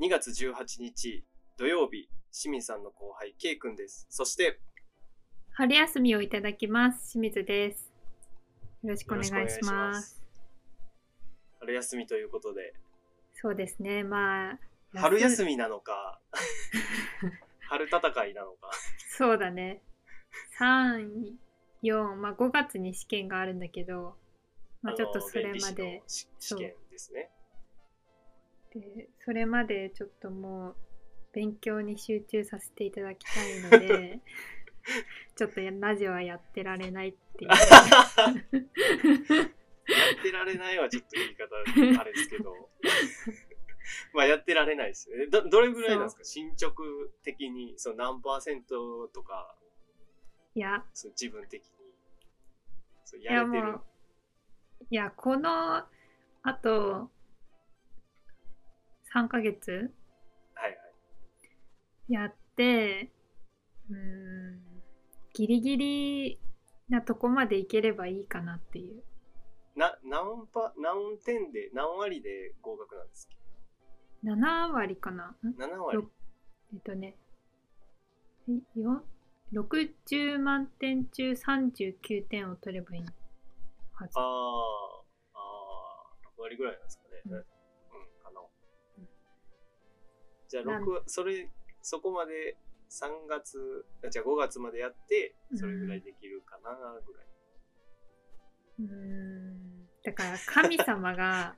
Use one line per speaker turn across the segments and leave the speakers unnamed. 2月18日土曜日、清水さんの後輩 K 君です。そして、
春休みをいただきます。清水です。よろしくお願い
よろし
します。
くお願いします春休みということで、
そうですね。まあ、
春休
み。
みなの か、春戦いなのか。
そうだね。3、4、まあ5月に試験があるんだけど、まあちょっとそれまで
弁理、士の試試験ですね。
でそれまでちょっともう勉強に集中させていただきたいの で、ちょっとラジオはやってられないっていう。
やってられないはちょっと言い方あれですけ ど。まあやってられないですよね。ど、どれぐらいなんですか進捗的に、その何パーセントとか、
いや、
その自分的に。そう
い
や
や
れて
も
る
う。いやこのあと3ヶ月
はい
やってうーんギリギリなとこまでいければいいかなっていう
な、何パ、何点で、何割で合格なんですか
7割かな
?7 割
ろ。えっとねよ60万点中39点を取ればいいはず
あー、あー、6割ぐらいなんですかね。
う
うんん、かな。じゃあ、
なん
六それ、そこまで3月、あじゃあ5月までやって、それぐらいできるかな、ぐらい。
うーんだから神様が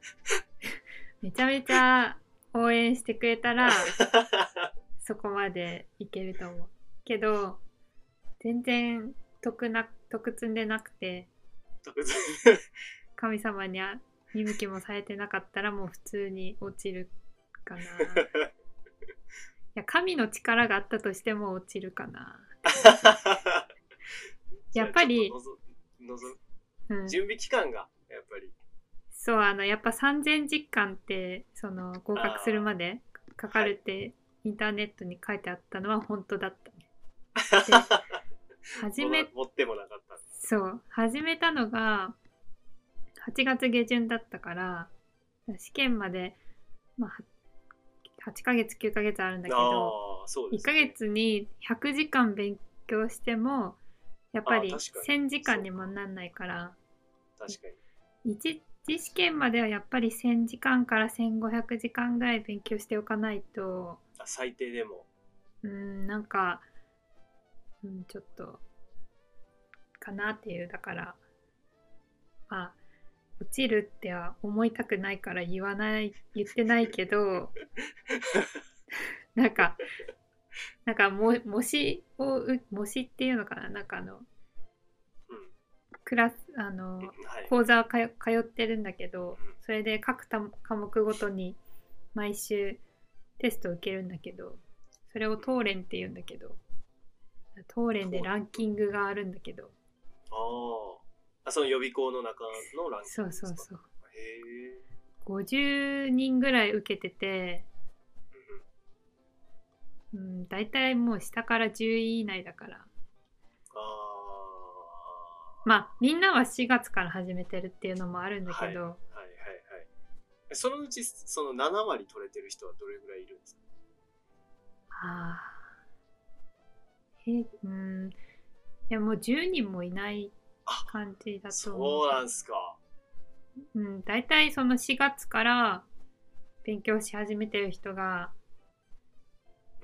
めちゃめちゃ応援してくれたらそこまでいけると思うけど全然得な得積んでなくて
特別
神様にあ見向きもされてなかったらもう普通に落ちるかないや神の力があったとしても落ちるかな やっぱ
じ
り
ゃあちょっとのぞのぞ
うん
準備期間が、やっぱり。
そうあのやっぱ3,000時間ってその合格するまでかかるって、インターネットに書いてあったのは本当だったね。始め
持って もなかった。
そう始めたのが8月下旬だったから試験まで、まあ、8ヶ月9ヶ月あるんだけど
ああ、そうで
1
す、ね。
ヶ月に100時間勉強してもやっぱり
あー確
1,000時間にもなんないから。
確かに。
一次試験まではやっぱり1,000時間から1,500時間ぐらい勉強しておかないと
あ最低でも。
うーんなんか、うん、ちょっとかなっていうだからまあ落ちるっては思いたくないから言わない言ってないけど なんかなんかも模試をう模試っていうのかななんかあの
うん。
クラスあの
はい。
講座かよ通ってるんだけど
うん
それで各た科目ごとに毎週テストを受けるんだけどそれを当連って言うんだけど当連でランキングがあるんだけど
あーあ。その予備校の中のランキン
そ
グ
う
です
そ
か。
うそう
へえ。
50人ぐらい受けてて、
うん
うん、大体もう下から10位以内だから
あ
まあみんなは4月から始めてるっていうのもあるんだけど、
あ。はいはいはい。そのうち、その7割取れてる人はどれぐらいいるんですか
ああ。え、うん。いや、もう10人もいない感じだと思。
そううなんすか。
うん。大体その4月から勉強し始めてる人が、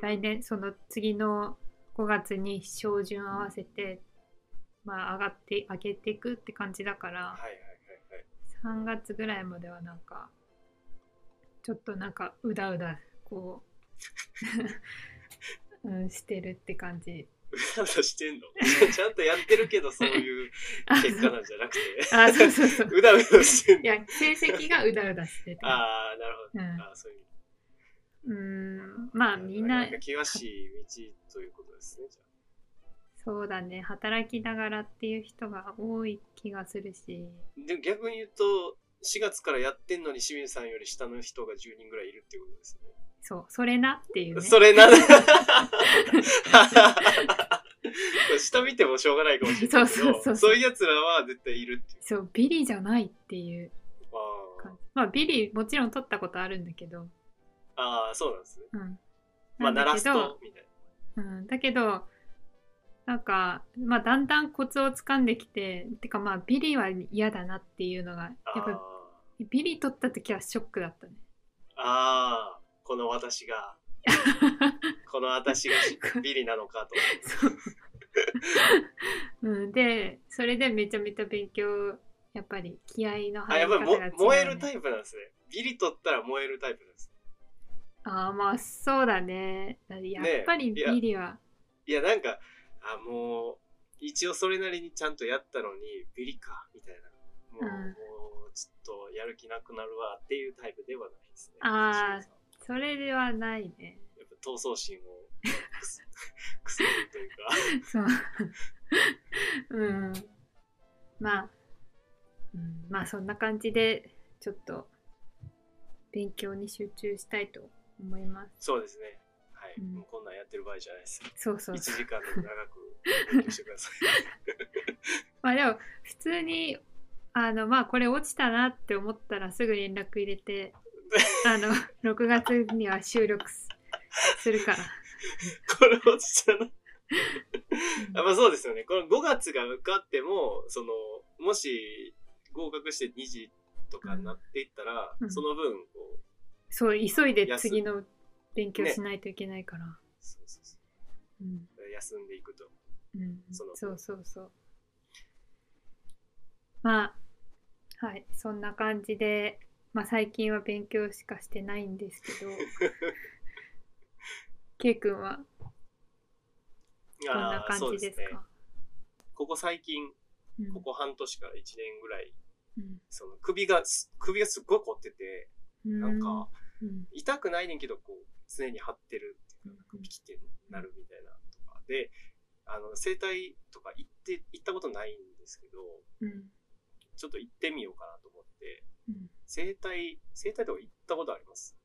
来年、その次の5月に照準合わせて、まあ、上がって、上げていくって感じだか
は
ら
い、 はいはいはい。
3月ぐらいまではなんか、ちょっとなんか、うだうだ、こう、 うん、してるって感じ。
ちゃんとしてんの ちゃんとやってるけど、そういう結果なんじゃなくて。
あ、そうそうそう。
うだうだしてん
い
の。
や、成績がうだうだしてて。
ああ、なるほ
うん
ど。ああ、そういう。
うーん、まあみんな
か、険しい道ということですね、じゃあ。
そうだね、働きながらっていう人が多い気がするし、
でも逆に言うと4月からやってんのに清水さんより下の人が10人ぐらいいるってことですね。
そう、それなっていうね。
それ なん下見てもしょうがないかもしれないけど
そうそうそうそう
いうやつらは絶対いるっていう。
そう、ビリじゃないっていう
あ
感じ。まあビリもちろん取ったことあるんだけど、
あああ、そうなんですね。
うん。
まあ、鳴
なんだ
ら
け
す
ど
と、みたい
うん、だけどなんか、まあ、だんだんコツをつかんできててかまあビリは嫌だなっていうの
な。
がやっぱ
あ
りビリ取った時はショックだったね。
あ、ああこの私 が、この私がビリなのかと。
そう うん、でそれでめちゃめちゃ勉強やっぱり気合の
あ、
入
や
り
っぱ
方
り
が違う、
も
ね、
燃えるタイプなんですね。ビリ取ったら燃えるタイプなんです。
ああまあそうだねやっぱり
いや
ビリは、
いや、なんか、あ、もう、一応それなりにちゃんとやったのに、ビリか、みたいな。もう、
うん
もうちょっとやる気なくなるわっていうタイプではないですね。
あーそれではないね
やっぱ闘争心をくすくすぐる というか。
そう。うん。まあ、うん、まあそんな感じで、ちょっと、勉強に集中したいと思います。
そうですね。はい。
うん
もうこんなんやってる場合じゃないです。
そうそう
1
そう。
時間でも長く勉強してください。
まあでも、普通に、あの、まあこれ落ちたなって思ったらすぐ連絡入 れて、あの、6月には収録すするから。
これ落ちたな。
うん
あまあそうですよね。この5月が受かっても、その、もし合格して2時とかになっていったら、
うん
その分、こう、
そう、急いで
安い
次の勉強
ね
しないといけないから。
そうそうそ
うん
う休んでいくと。
うん、
その
そうそうそう。まあ、はい、そんな感じで、まあ最近は勉強しかしてないんです けど、ケイ君はこんな
あーそ
感
う
じです
ね
か
ここ最近、
うん
ここ半年から1年ぐらい、
うん
その首がす、首がすっごい凝ってて、
うん
なんか、
うん
痛くないねんけど、こう、常に張ってるっていうか、
うん
首切ってなるみたいなとかで、あの、整体とか行って、行ったことないんですけど、
うん
ちょっと行ってみようかなと思って、
うん
整体、整体とか行ったことあります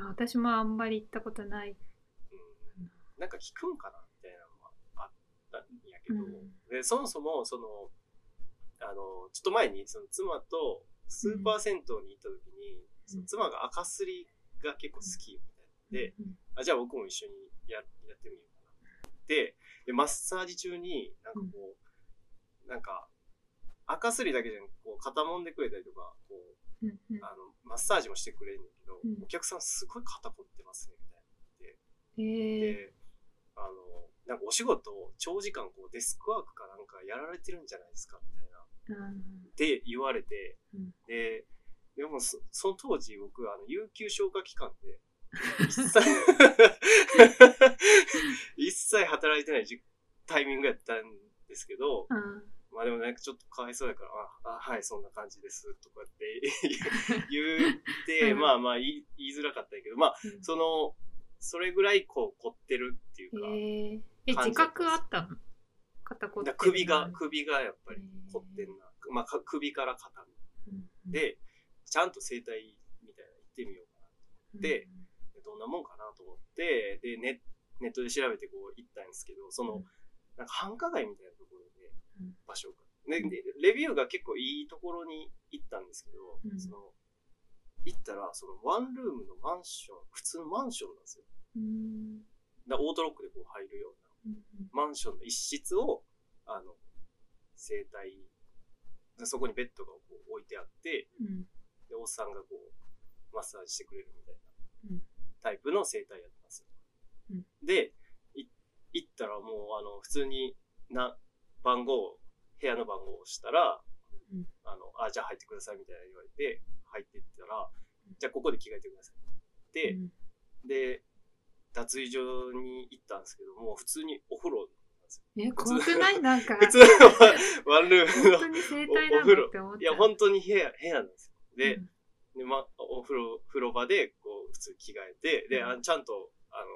あ私もあんまり行ったことない。
うん。なんか聞くんかなみたいなのはあったんやけど、
うん
で、そもそも、その、あの、ちょっと前に、その妻とスーパー銭湯に行った時に、
ん
その妻が赤すりが結構好きみたいな。で、
うん、
あじゃあ僕も一緒にややってみようかな。で、でマッサージ中に、なんかこう、なんか、赤すりだけじゃなくこう、肩揉んでくれたりとか、こう、
うんうん
あの、マッサージもしてくれるんだけど、
うん
お客さんすごい肩凝ってますね、みたいな。
えー
で、あの、なんかお仕事、長時間こう、デスクワークかなんかやられてるんじゃないですか、みたいな。
うん
で、言われて、
うん
で、でもそ、その当時僕、あの、有給消化期間で、一切、 一切働いてないじタイミングやったんですけど、
あ
まあでもなんかちょっとかわいそうやから、あ、あはい、そんな感じです、とか って言って、
うん
まあまあ言い言いづらかったけど、まあ、
ーうん
その、それぐらいこう凝ってるっていうか、
えーえ、
感じ
自覚あったの肩こって
だ
る
から首が
な、
首がやっぱり凝ってんな。まあか首から肩に
うんうん
で、ちゃんと整体みたいなの行ってみようかなででどんなもんかなと思って、で、ネネットで調べてこう行ったんですけど、その、
うん
なんか繁華街みたいなところで、
うん
場所が。で、でレビューが結構いいところに行ったんですけど、
うん
その、行ったら、そのワンルームのマンション、普通のマンションなんですよ。
うんうん
だからオートロックでこう入るような
うんうん
マンションの一室を、あの、整体、でそこにベッドがこう置いてあって、
うん
で、おっさんがこう、マッサージしてくれるみたいな
うん
タイプの整体やってますよ。
うん
で、い行ったらもう、あの、普通にな、番号を、部屋の番号を押したら、
うん
あの、あ、じゃあ入ってくださいみたいな言われて、入っていったら、じゃあここで着替えてくださいって
う
言って、
ん
で、脱衣所に行ったんですけど、もう普通にお風呂、
え、怖 くないなんか、
普通のワンルーム
本
の
当、に生体
お
な
お風
の
呂
って思った。
いや、本当に部屋、部屋なんですよ。で、
うん
で、ま、お風呂、風呂場で、こう、普通に着替えて、で、あちゃんと、あの、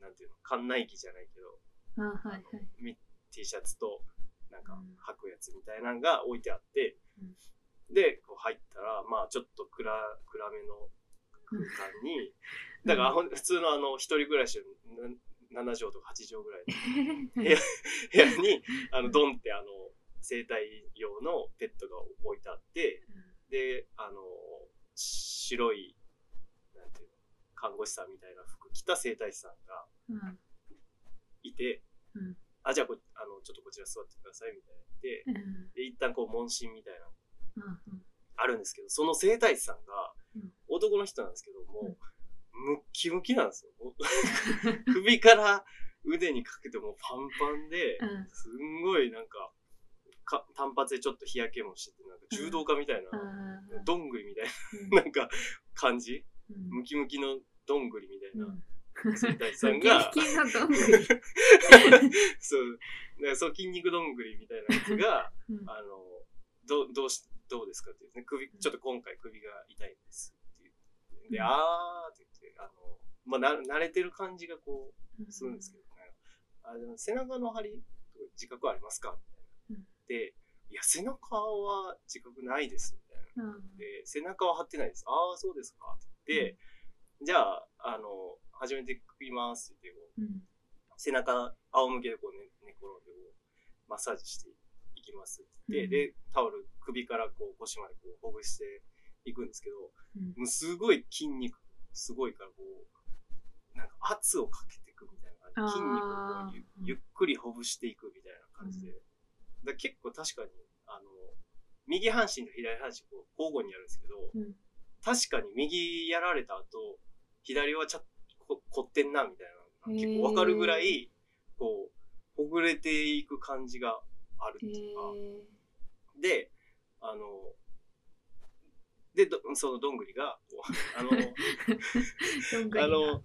なんていうの、館内着じゃないけど、
あ、はいはい。
み T シャツと、なん
う
か
ん、
履くやつみたいなのが置いてあって、
うん
で、こう入ったら、まあ、ちょっと暗、暗めの空間に、だから、ほん普通のあの、一人暮らしのな7畳とか8畳ぐらいの
え
部 屋に、あ
う
の、
ん
ドンって、あの、生体用のペットが置いてあって、で、あの、し白い、なんていうの、看護師さんみたいな服着た整体師さんが
うん
いて、
うん
あ、じゃあこ、あの、ちょっとこちら座ってくださいみたいな言って、
うん
で、一旦こう、問診みたいなの
うん
あるんですけど、その整体師さんが
うん、
男の人なんですけど
う
も
ん、
ムッキムキなんですよ。も う首から腕にかけてもうパンパンで、
うん
すんごいなんか、か単発でちょっと日焼けもしてて、なんか柔道家みたいな、
うん
どんぐりみたいな、なんか感じ、
うん
ムキムキのどんぐりみたいな、整体師さ
うんん元
が、
気などんぐり
そう、だからそう筋肉どんぐりみたいなやつが、
うん
あの、どう、どうし、どうですかって言うんですね、首、ちょっと今回首が痛いんですって言って、で、
うん
あーって言って、あの、まあ、な慣れてる感じがこう、するんですけどね。あ、でも背中の張り、自覚はありますかみたいな。で、いや、背中は自覚ないです、みたいな。
うん
で、背中は張ってないです。ああ、そうですか。って言って、じゃあ、あの、始めてみますって言って、こう
うん
背中仰向けでこう、ね、寝転んでこうマッサージしていきますって言って、
う
でタオル首からこう腰までこうほぐしていくんですけど
うん
もうすごい筋肉すごいからこうなんか圧をかけていくみたいな感じ筋肉をこうゆ
あー
ゆっくりほぐしていくみたいな感じで、
う
だから結構確かにあの右半身と左半身こう交互にやるんですけど、
うん
確かに右やられた後、左はちゃこ凝ってんな、みたいなのが結構わかるぐらい、こう、ほぐれていく感じがあるって
え
いうか、
ー
で、あの、で、どそのどんぐりが、こうあ の、
どんぐり
あ
な
の、
うん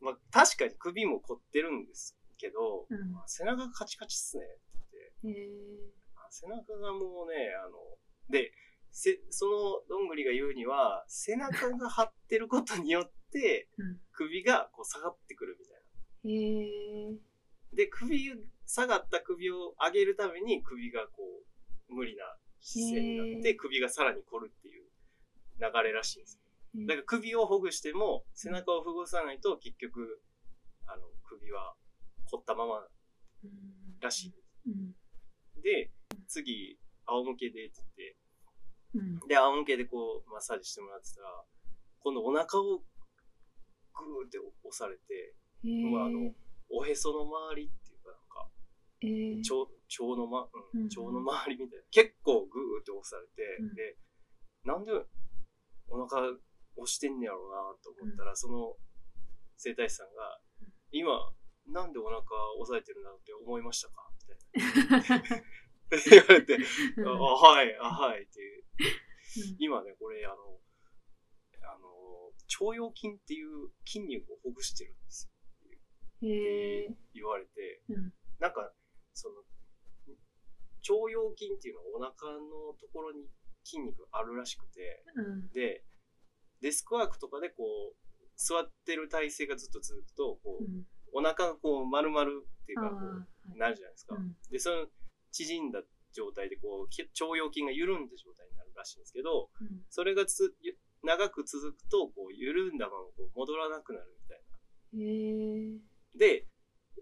まあ、確かに首も凝ってるんですけど、
うん
まあ背中カチカチっすねって言って、
えー
あ背中がもうね、あの、で、せそのどんぐりが言うには、背中が張ってることによって、
うん
首がこう下がってくるみたいな。
えー
で、首、下がった首を上げるために首がこう、無理な姿勢になっ
へ
て、
ー
首がさらに凝るっていう流れらしいんです。
えー
だから首をほぐしても、背中をほぐさないと結局、あの、首は凝ったまま
うん
らし
うん
い。で、次、仰向けでって言って、
うん
で、仰向けでこう、マッサージしてもらってたら、今度お腹をグーって押されて、
えー
まああのおへその周りっていうか、なんか、
えー
腸、腸のま、う
うん
ん、
うん
腸の周りみたいな。結構グーって押されて、
うん
で、なんでお腹押してんねやろうなと思ったら、その整体師さんが
うん、
今、なんでお腹押さえてるんだろうって思いましたかみたいな。言 われて、あ、はい、あ、はい、っていう。今ね、これ、あの、あの、腸腰筋っていう筋肉をほぐしてるんです
うん
よ
え
って言われて、
ーうん
なんか、その、腸腰筋っていうのはお腹のところに筋肉があるらしくて、
うん
で、デスクワークとかでこう、座ってる体勢がずっと続くと、こ
う
う、
ん
お腹がこう丸々っていうか、
あ
こ
ー
う、なるじゃないですか。
はい
で、その縮んだ状態で、こう、き腸腰筋が緩んだ状態になるらしいんですけど、
うんうん
それがつゆ長く続くと、こう、緩んだままこう戻らなくなるみたいな。
えー
で、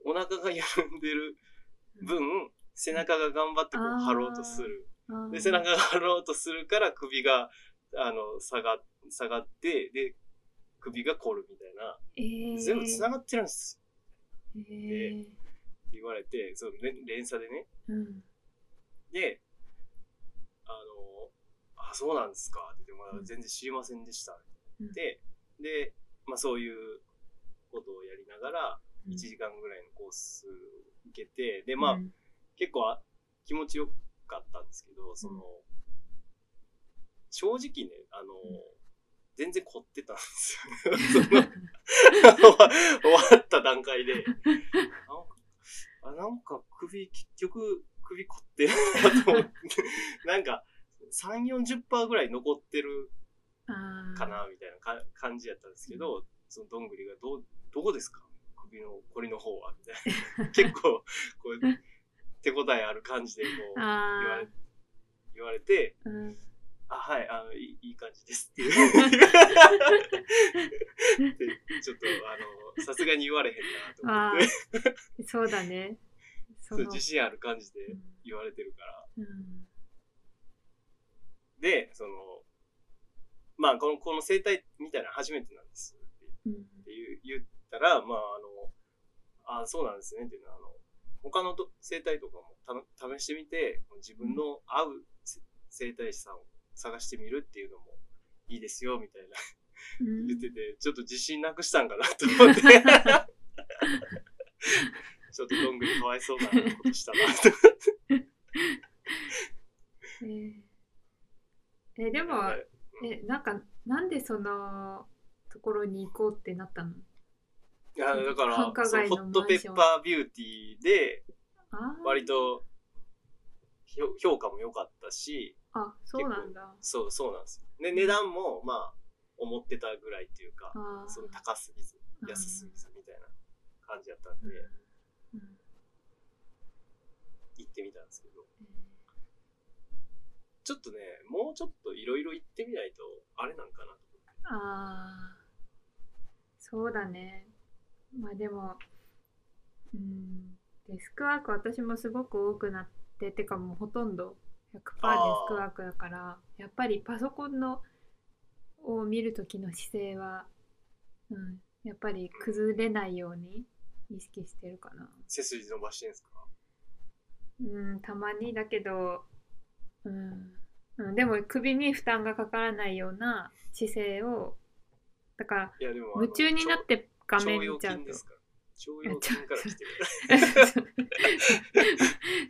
お腹が緩んでる分、背中が頑張ってこ
あ
う
ー
張ろうとする。
あー
で、背中が張ろうとするから首が、あの、下が、下がって、で、首が凝るみたいな。
えー
全部繋がってるんです
えー
って言われて、その連連鎖でね。
うん
で、あの、あ、そうなんですかって言って、まだ全然知りませんでした。
うん
で、で、まあそういうことをやりながら、
うん
1時間ぐらいのコースを受けて、で、まあ、
うん
結構あ気持ちよかったんですけど、その、
うん
正直ね、あの、
ん
全然凝ってたんですよ、ね。その 終わ終わった段階で。なんか、あなんか首、結局、首凝ってるなと思って、なんか、3、40%ぐらい残ってる
あー
かな、みたいなか感じやったんですけど、そのどんぐりがどう、どうですか首の、これの方は、みたいな。結構、こう、手応えある感じで、こう、言わ
あ
れ、言われて、
ーうん
あ、はい、あの、いいいい感じですっていう。でちょっと、あの、さすがに言われへんなと
あ
思って、
ーそうだね。そ
そう
の
自信ある感じで
うん
言われてるから。
うん
で、その、まあ、この、この生態みたいなの初めてなんですって言っ
うん
って言う言ったら、まあ、あの、あそうなんですねっていうのは、あの、他のと生態とかもた試してみて、自分の合うせ生態師さんを探してみるっていうのもいいですよ、みたいな
うん
言ってて、ちょっと自信なくしたんかなと 思って。ちょっとどんぐりかわいそうなことしたなと。
えーえでも、えなんかなんでそのところに行こうってなったの
いやだから
繁華
そ
街
う
の
ホットペッパービューティーで
あー
割とひょ評価も良かったし、
あそうなんだ
そう、そうなんですよ。で、値段も、まあ、思ってたぐらいっていうか、
あー
その高すぎず、
うん
安すぎずみたいな感じだったんで、
うん
行ってみたんですけど、ちょっとね、もうちょっといろいろ行ってみないと、あれなんかなと思って。
あーそうだねまあでもうんデスクワーク私もすごく多くなっててかもうほとんど100%デスクワークだからやっぱりパソコンのを見る時の姿勢は、うん、やっぱり崩れないように意識してるかな。
背筋伸ばしてんすか
うん、たまにだけど、うん、うん、でも首に負担がかからないような姿勢を、だから
いや、でも、あの
夢中になって画面
腸
見
腰
ちゃう
筋
と
で。すから。腸腰筋から 来てる。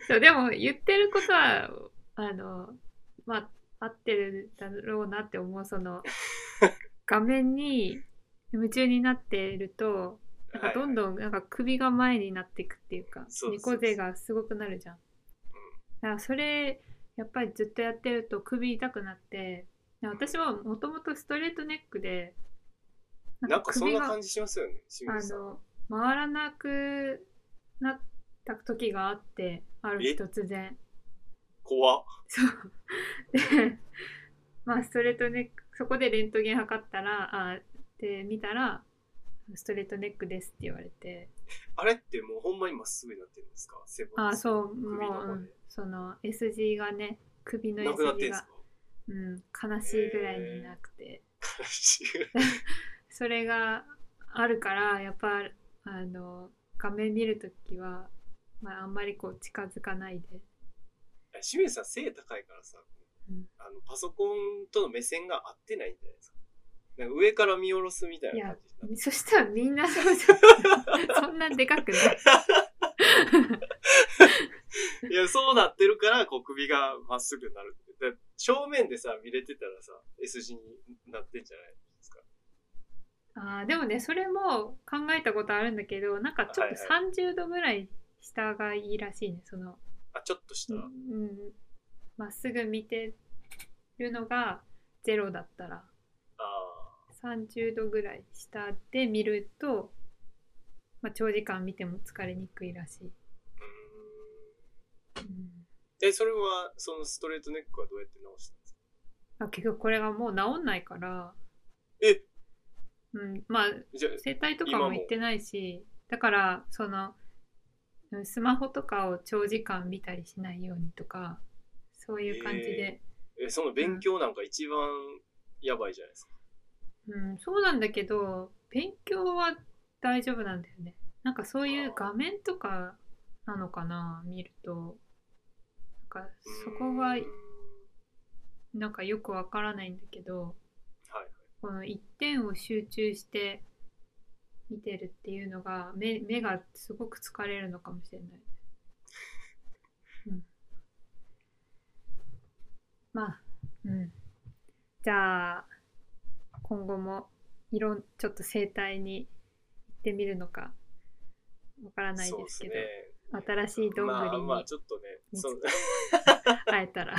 そう、でも言ってることは、あの、まあ、合ってるだろうなって思う、その、画面に夢中になってると、なんかどん
ん。
どんなんか首が前になっていくっていうか
そうそうそう
猫背がすごくなるじゃん。だからそれやっぱりずっとやってると首痛くなってで私はもともとストレートネックで
なんかそんな感じしますよね、清
あ
水さん。
の回らなくなった時があってある日突然。
怖っ。
そうでまあストレートネックそこでレントゲン測ったらあで見たらストレートネックですって言われて。
あれってもうほんまにまっすぐになってるんですか背骨。
あそうもう、
首の方で
うんその S 字がね首の
なくなっ
S
て
字
んす
が
か、
うん、悲しいぐらいになくて、 それがあるからやっぱあの画面見るときは、まあ、あんまりこう近づかないで
清水さん背高いからさ、
うん
あのパソコンとの目線が合ってないんじゃないですかなんか上から見下ろすみたいな感じになって
そしたらみんなそうじゃんそんなでかくない
いやそうなってるからこう首がまっすぐになるってだから正面でさ見れてたらさ S 字になってんじゃないですか
あーでもねそれも考えたことあるんだけどなんかちょっと
は
30度ぐらい下がいいらしいねその
あちょっとした、
うんまっすぐ見てるのがゼロだったら
あ
30度ぐらい下で見ると、まあ、長時間見ても疲れにくいらしい。
ーう
うん
ーんえそれはそのストレートネックはどうやって直したんですか
まあ、結局これがもう治んないから、
え
うん、まあ
じゃ
整体とかも行ってないしだからそのうんスマホとかを長時間見たりしないようにとかそういう感じで、
えその勉強なんか一番やばいじゃないですか、
うん、そうなんだけど勉強は大丈夫なんだよねなんかそういう画面とかなのかな見るとなんかそこが
うーん
なんかよくわからないんだけど
はい
この一点を集中して見てるっていうのが目目がすごく疲れるのかもしれない、うん、まあうんじゃあ今後もいろんちょっと整体に行ってみるのかわからない
そう
で
ですす
け
ね
ど、新しいどんぐ
まあ
り
まあ
に
ちょっとね、
見つ
その
会え たら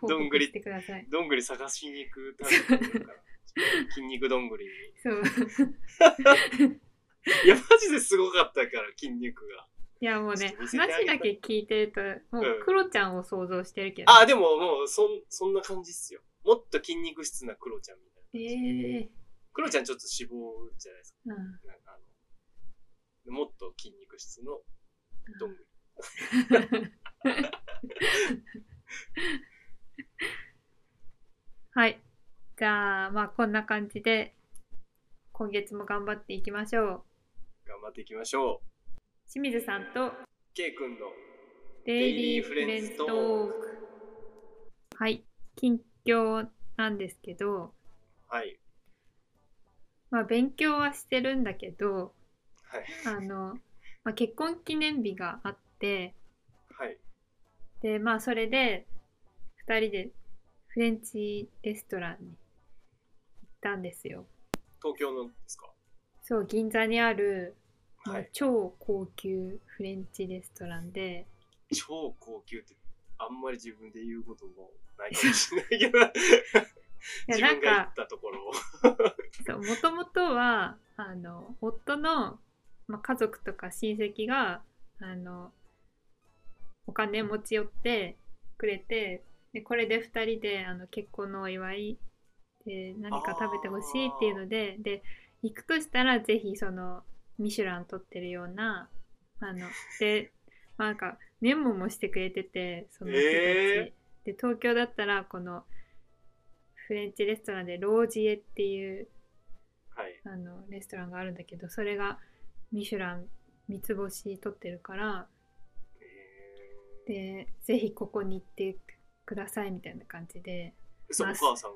報
どんぐ
告
り
してください
どんぐり探しに行くためにだから筋肉どんぐりに。
そう
いや、マジですごかったから、筋肉が。
いやもうね
ちょっと見せてあげたい
話だけ聞いてるともううんクロちゃんを想像してるけど、
あ、でももう、そん、そんな感じっすよ。もっと筋肉質なクロちゃんみたいな。
ええ
クロちゃんちょっと脂肪じゃないです
うん
か。なんかあの、もっと筋肉質のどんぐり。
はいじゃあまあこんな感じで今月も頑張っていきましょう。
頑張っていきましょう。
清水さんと
K 君の
デイリーフレンズトーク。はい、近況なんですけど、
はい。
まあ勉強はしてるんだけど、
はい。
あの、まあ、結婚記念日があって、
はい。
で、まあそれで2人でフレンチレストランに行ったんですよ。
東京のですか
そう、銀座にあるも
は
う
い。
超高級フレンチレストランで、
超高級って、あんまり自分で言うこともないかもしれないけど、
いや
自
な
分
ん
が行
か
ったところを。
もともとはあの夫の、まあ、家族とか親戚があのお金持ち寄ってくれてでこれで2人であの結婚のお祝いで何か食べてほしいっていうのでで行くとしたらぜひそのミシュラン取ってるようなあので、まあ、なんかメモもしてくれててその人たち、
え
で東京だったらこのフレンチレストランでロージエっていう
はい。
あのレストランがあるんだけどそれがミシュラン三つ星取ってるから
え
でぜひここに行ってくださいみたいな感じで
ー、そう、
ま
お
あ
母さん、お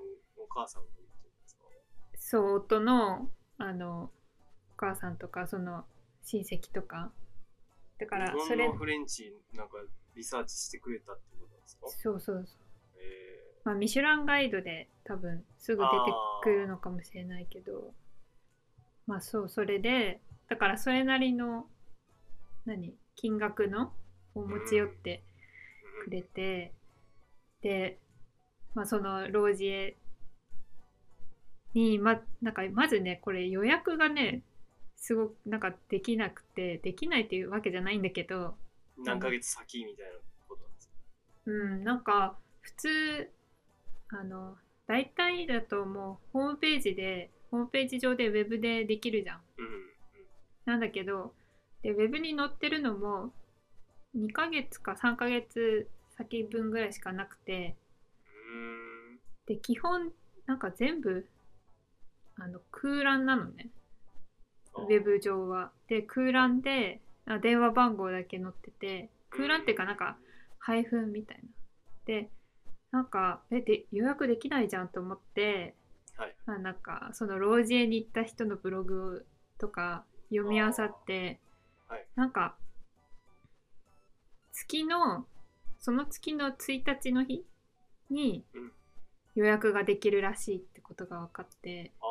母さんが言ってるんですか
そう夫のあのお母さんとかその親戚とかだから
日
そ
本
れ
のフレンチなんかリサーチしてくれたってことなんですか
そうそうそう、
え
まあ、ミシュランガイドで多分すぐ出てくるのかもしれないけどまあそうそれでだからそれなりの何金額のを持ち寄って
ー
くれてで、まあ、そのロージエにまなんかまずねこれ予約がねすごくなんかできなくてできないっていうわけじゃないんだけど
うん何ヶ月先みたいなことなんですか
うんなんか普通あの大体だともうホームページでホームページ上でウェブでできるじゃん。
うん。
なんだけどでウェブに載ってるのも2ヶ月か3ヶ月先分ぐらいしかなくて、
うん。う
で基本なんか全部あの空欄なのね
ーん
ウェブ上はで空欄であ電話番号だけ載ってて空欄っていうかなんか、配分みたいなでなんかえで予約できないじゃんと思って、
はい
まあなんかその老人に行った人のブログとか読み漁って、
あーはい
なんか月のその月の1日の日に
うん
予約ができるらしいってことが分かって
あ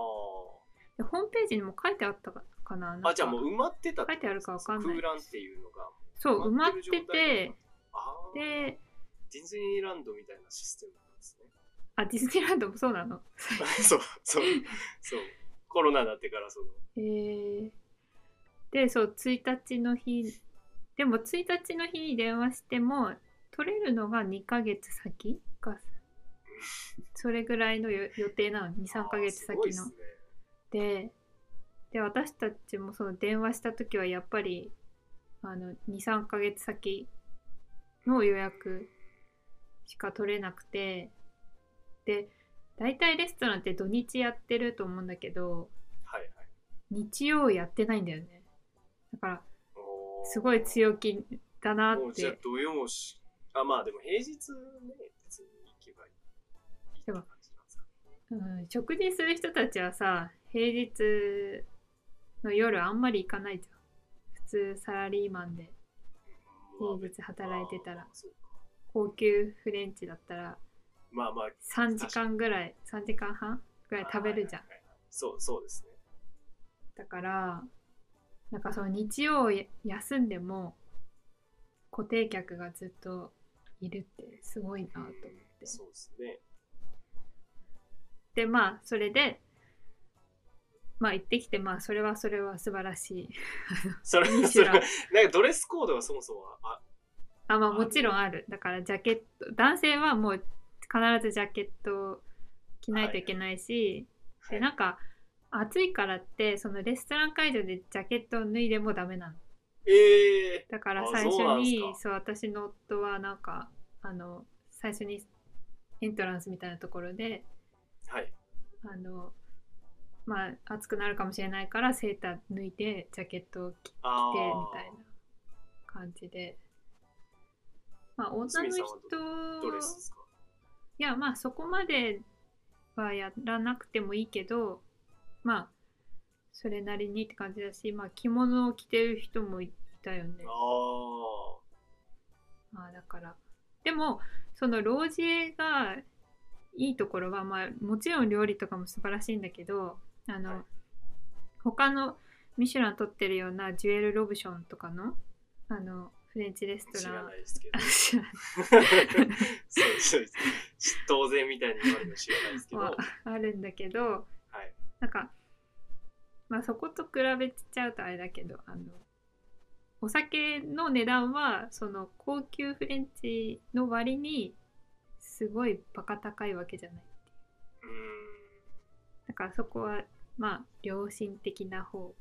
でホームページにも書いてあったかななん
あ。
か
あ、じゃあもう埋まってた
書いてあるかわかんない
空欄っていうのが。
そう埋まって
る状態
て
だった。ああ。
で
ディズニーランドみたいなシステムなんですね。
あディズニーランドもそうなの
そう、そう、そう。コロナになってからその。
えー、でそう1日の日でも1日の日に電話しても取れるのが2ヶ月先かそれぐらいのよ予定なの23ヶ月先
あーす
の
ごいっすね
でで私たちもその電話した時はやっぱりあの23ヶ月先の予約しか取れなくてで大体レストランって土日やってると思うんだけど
はいはい。
日曜やってないんだよねだから
おー
すごい強気だな
もう
っ
じゃあ
て
土曜し、あ、まあでも平日ね、別に行けばいいって感じなんですか。
うん、食事する人たちはさ平日の夜あんまり行かないじゃん普通サラリーマンで平日働いてたら
あーそうか
高級フレンチだったら
まあまあ、
3時間ぐらい3時間半ぐらい食べるじゃん
はいはいはいはい。そう、そうですね。
だからなんかその日曜や休んでも固定客がずっといるってすごいなと思っ
う
て
んそうですね。
でまあそれでまあ行ってきてまあそれはそれは素晴らし い
それ、
ミシ
そ
ュ
れ、
ラ
なん
ン
かドレスコードはそもそも、あ、
あまあもちろんあるだからジャケット男性はもう必ずジャケットを着ないといけないし、
はい
でなんか暑いからってそのレストラン会場でジャケットを脱いでもダメなの
ええ
だから
あ
最初
そうなん
に
す
そ
か
う私の夫はなんかあの最初にエントランスみたいなところで
はい。
あのまあ暑くなるかもしれないからセーター抜いてジャケットを着て
あ
み
あ。
たいな感じでまあ女の人
ドレスですか
いやまあそこまではやらなくてもいいけどまあそれなりにって感じだしまあ着物を着てる人もいたよね
ああ。
まあだからでもそのロージエがいいところは、まあ、もちろん料理とかも素晴らしいんだけどあの、
はい
他のミシュラン取ってるようなジュエル・ロブションとかのあのフレンチレス
知
トラ
ら
ン
ないですけど。
知らない
そうそうです。当然みたいに言われるの知らないですけど。
ま
は
あ、あるんだけど
い。
なんかまあそこと比べちゃうとあれだけどあのお酒の値段はその高級フレンチの割にすごいバカ高いわけじゃない。
うーん。
だからそこはまあ良心的な方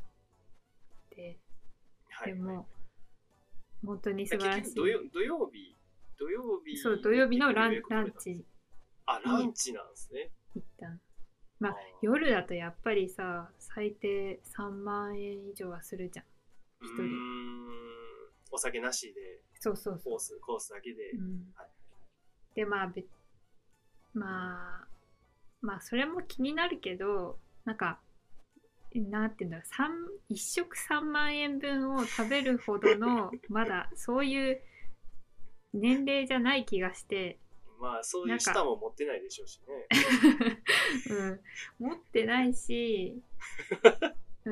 で、
はい。
でも本当に素
結
晴ら
局
し
土
い
曜土曜日、土曜日。
そう土曜日のランラン。チ
あ、ランチなんですね。
一旦まあ
ー
夜だとやっぱりさ最低3万円以上はするじゃん
う
一
ー
人
ん。お酒なしで、
そうそうそ
コース、コースだけで
う、う。ん
はい、
でまあべまあまあそれも気になるけどなんかなんていうんだろう三一食3万円分を食べるほどの まだそういう年齢じゃない気が して、
まあ、そうい
なん
う
か
舌も持ってないでしょうしね。
うん、持ってないし、 う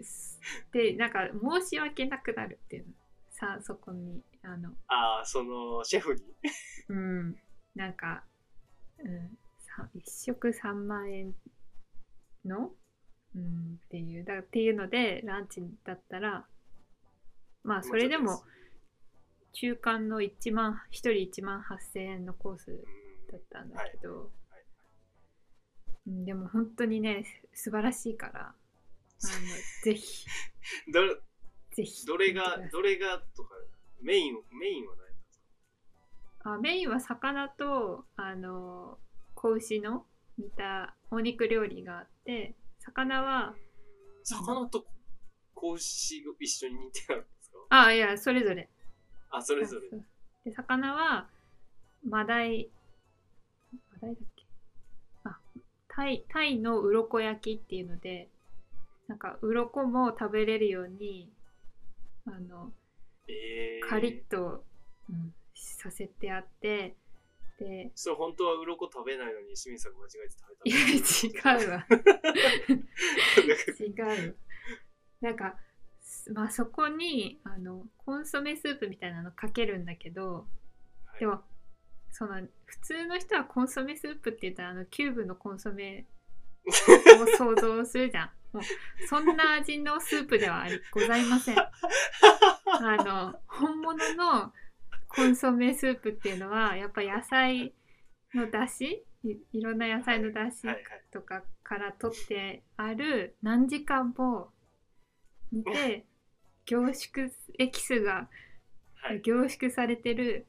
ん、すでなんか申し訳なくなるっていうのさあそこにあの
ああ、その、シェフに。
うん、なんか、うん、さ一食3万円の、うん、っていうだっていうのでランチだったらまあ それでも中間の1万1人1万8,000円のコース
うん。
だったんだけど、
はい
うん、でも本当にねす素晴らしいからあのぜひ
どれ
ぜひ
どれ
行っ
が
てください、
どれがとか、メイン、メインは何なんですか
あメインは魚とあの子牛の煮たお肉料理があって魚は
魚と子牛を一緒に煮てあるんですか
あいやそれぞれ
あ、それぞれ
そ。うで魚はマダイマダイだっけあタイタイの鱗焼きっていうのでなんか鱗も食べれるようにあの
えー、
カリッと、うん、させてあってで
それ本当は鱗食べないのに清水さんが間違えて食
い
べ
や
た。
違うわ違うなんかすまあそこにあのコンソメスープみたいなのかけるんだけど
はい
でもその普通の人はコンソメスープって言ったらあのキューブのコンソメを想像するじゃんもうそんな味のスープではありございませんあの本物のコンソメスープっていうのはやっぱ野菜のだしいいろんな野菜のだ し
はいはい。
とかから取ってある何時間も煮て凝縮エキスが
はい。
凝縮されてる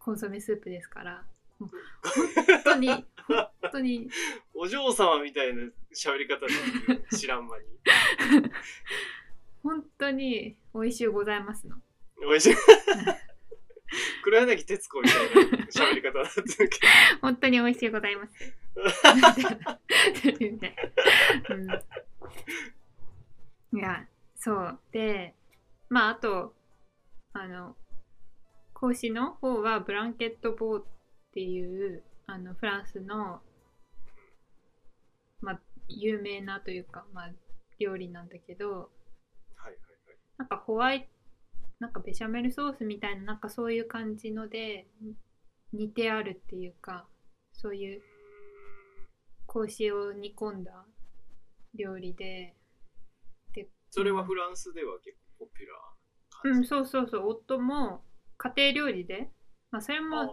コンソメスープですから もう本当に本当に
お嬢様みたいな喋り方です知らん間 に。
本当に美味しゅうございますの。
おいしい。黒柳徹子みたいな喋り方だったけど。
本当に美味しゅうございます。 っていうねうん、いやそうでまああとあの講師の方はブランケット・ボーっていうあのフランスの、まあ、有名なというか、まあ、料理なんだけど
はいはいはい。
なんかホワイトなんかベシャメルソースみたいななんかそういう感じのでに似てあるっていうかそういう格子を煮込んだ料理で
それはフランスでは結構ポピュラーな
う
ん感じ。
そうそうそう夫も家庭料理で、まあ、それ
ああ
も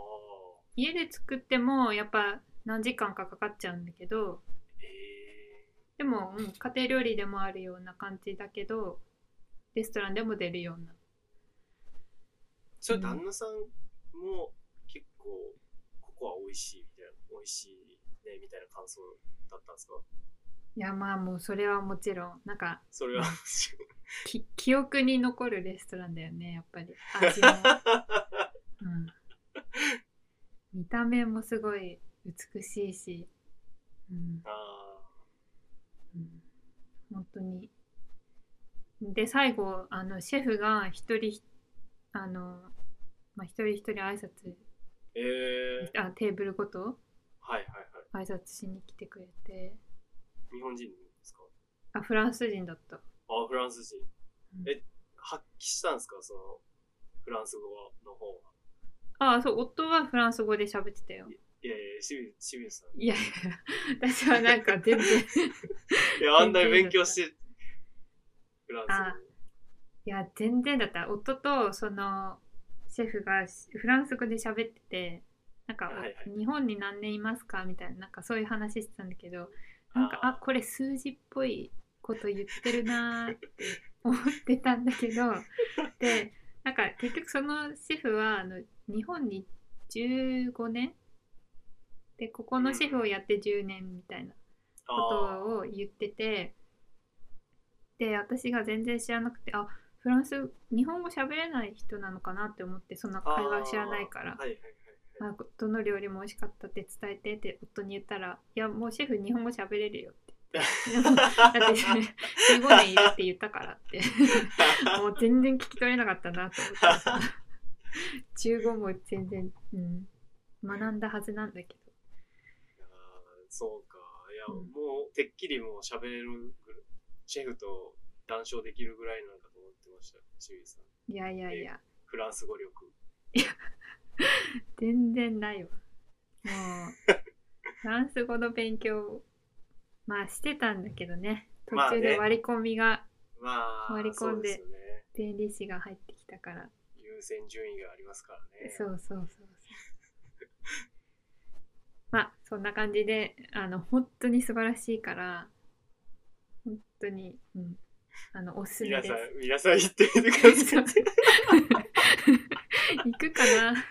家で作ってもやっぱ何時間かかかっちゃうんだけど
ー。え
でも、うん、家庭料理でもあるような感じだけどレストランでも出るような
ーそれ旦那さんも結構ここは美味しいみたいな、美味しいねみたいな感想だったんですか
いやまあもうそれはもちろんなんか
それは、
き記憶に残るレストランだよねやっぱり味も、 うん、見た目もすごい美しいし、うん
あ
うん、本当にで最後あのシェフが一人ひあの、まあ、一人一人挨拶
ーえー、
あテーブルごと
はいはいは
挨拶しに来てくれて
い。日本人ですか
あフランス人だった
あ、フランス人。
うん
え、発揮したんですかその、フランス語の方は。
ああそう夫はフランス語で喋ってたよ
いやいや、清水清水さん。
いやいや私はなんか全然
いや、あんなに勉強して、フラン
あいや全然だった夫とそのシェフがフランス語で喋っててなんか、
はいはい
日本に何年いますかみたいななんかそういう話してたんだけどなんかあ
あー
これ数字っぽいこと言ってるなーって思ってたんだけ どでなんか結局そのシェフはあの日本に15年でここのシェフをやって10年みたいな
語。
ことを言っててで私が全然知らなくてあフランス日本語喋れない人なのかなって思ってそんな
あー
会話知らないから
はいはいはい。
あどの料理も美味しかったって伝えてって夫に言ったら「いやもうシェフ日本語喋れるよ」って「で も だって15年いるって言ったから」ってもう全然聞き取れなかったなと思ってその中国も全然、うん、学んだはずなんだけど
いやーそうか。いや、
うん
もう、てっきりもう喋れるぐらい、シェフと談笑できるぐらいなんかと思ってました、清水さん。
いやいやいや
フランス語力。
全 然ないわもうフランス語の勉強をまあしてたんだけどね途
まあね
中で割り込みが
まあ、
割り込んで
そうですよね。
弁理士が入ってき たから、
優先順位がありますからね。
そうそうそうそうまあそんな感じであの本当に素晴らしいから本当に、うん、あのおすすめ
皆
で
さ
す
ん、 皆さん行ってみてくだ
そ
さ
う
い。
行くかな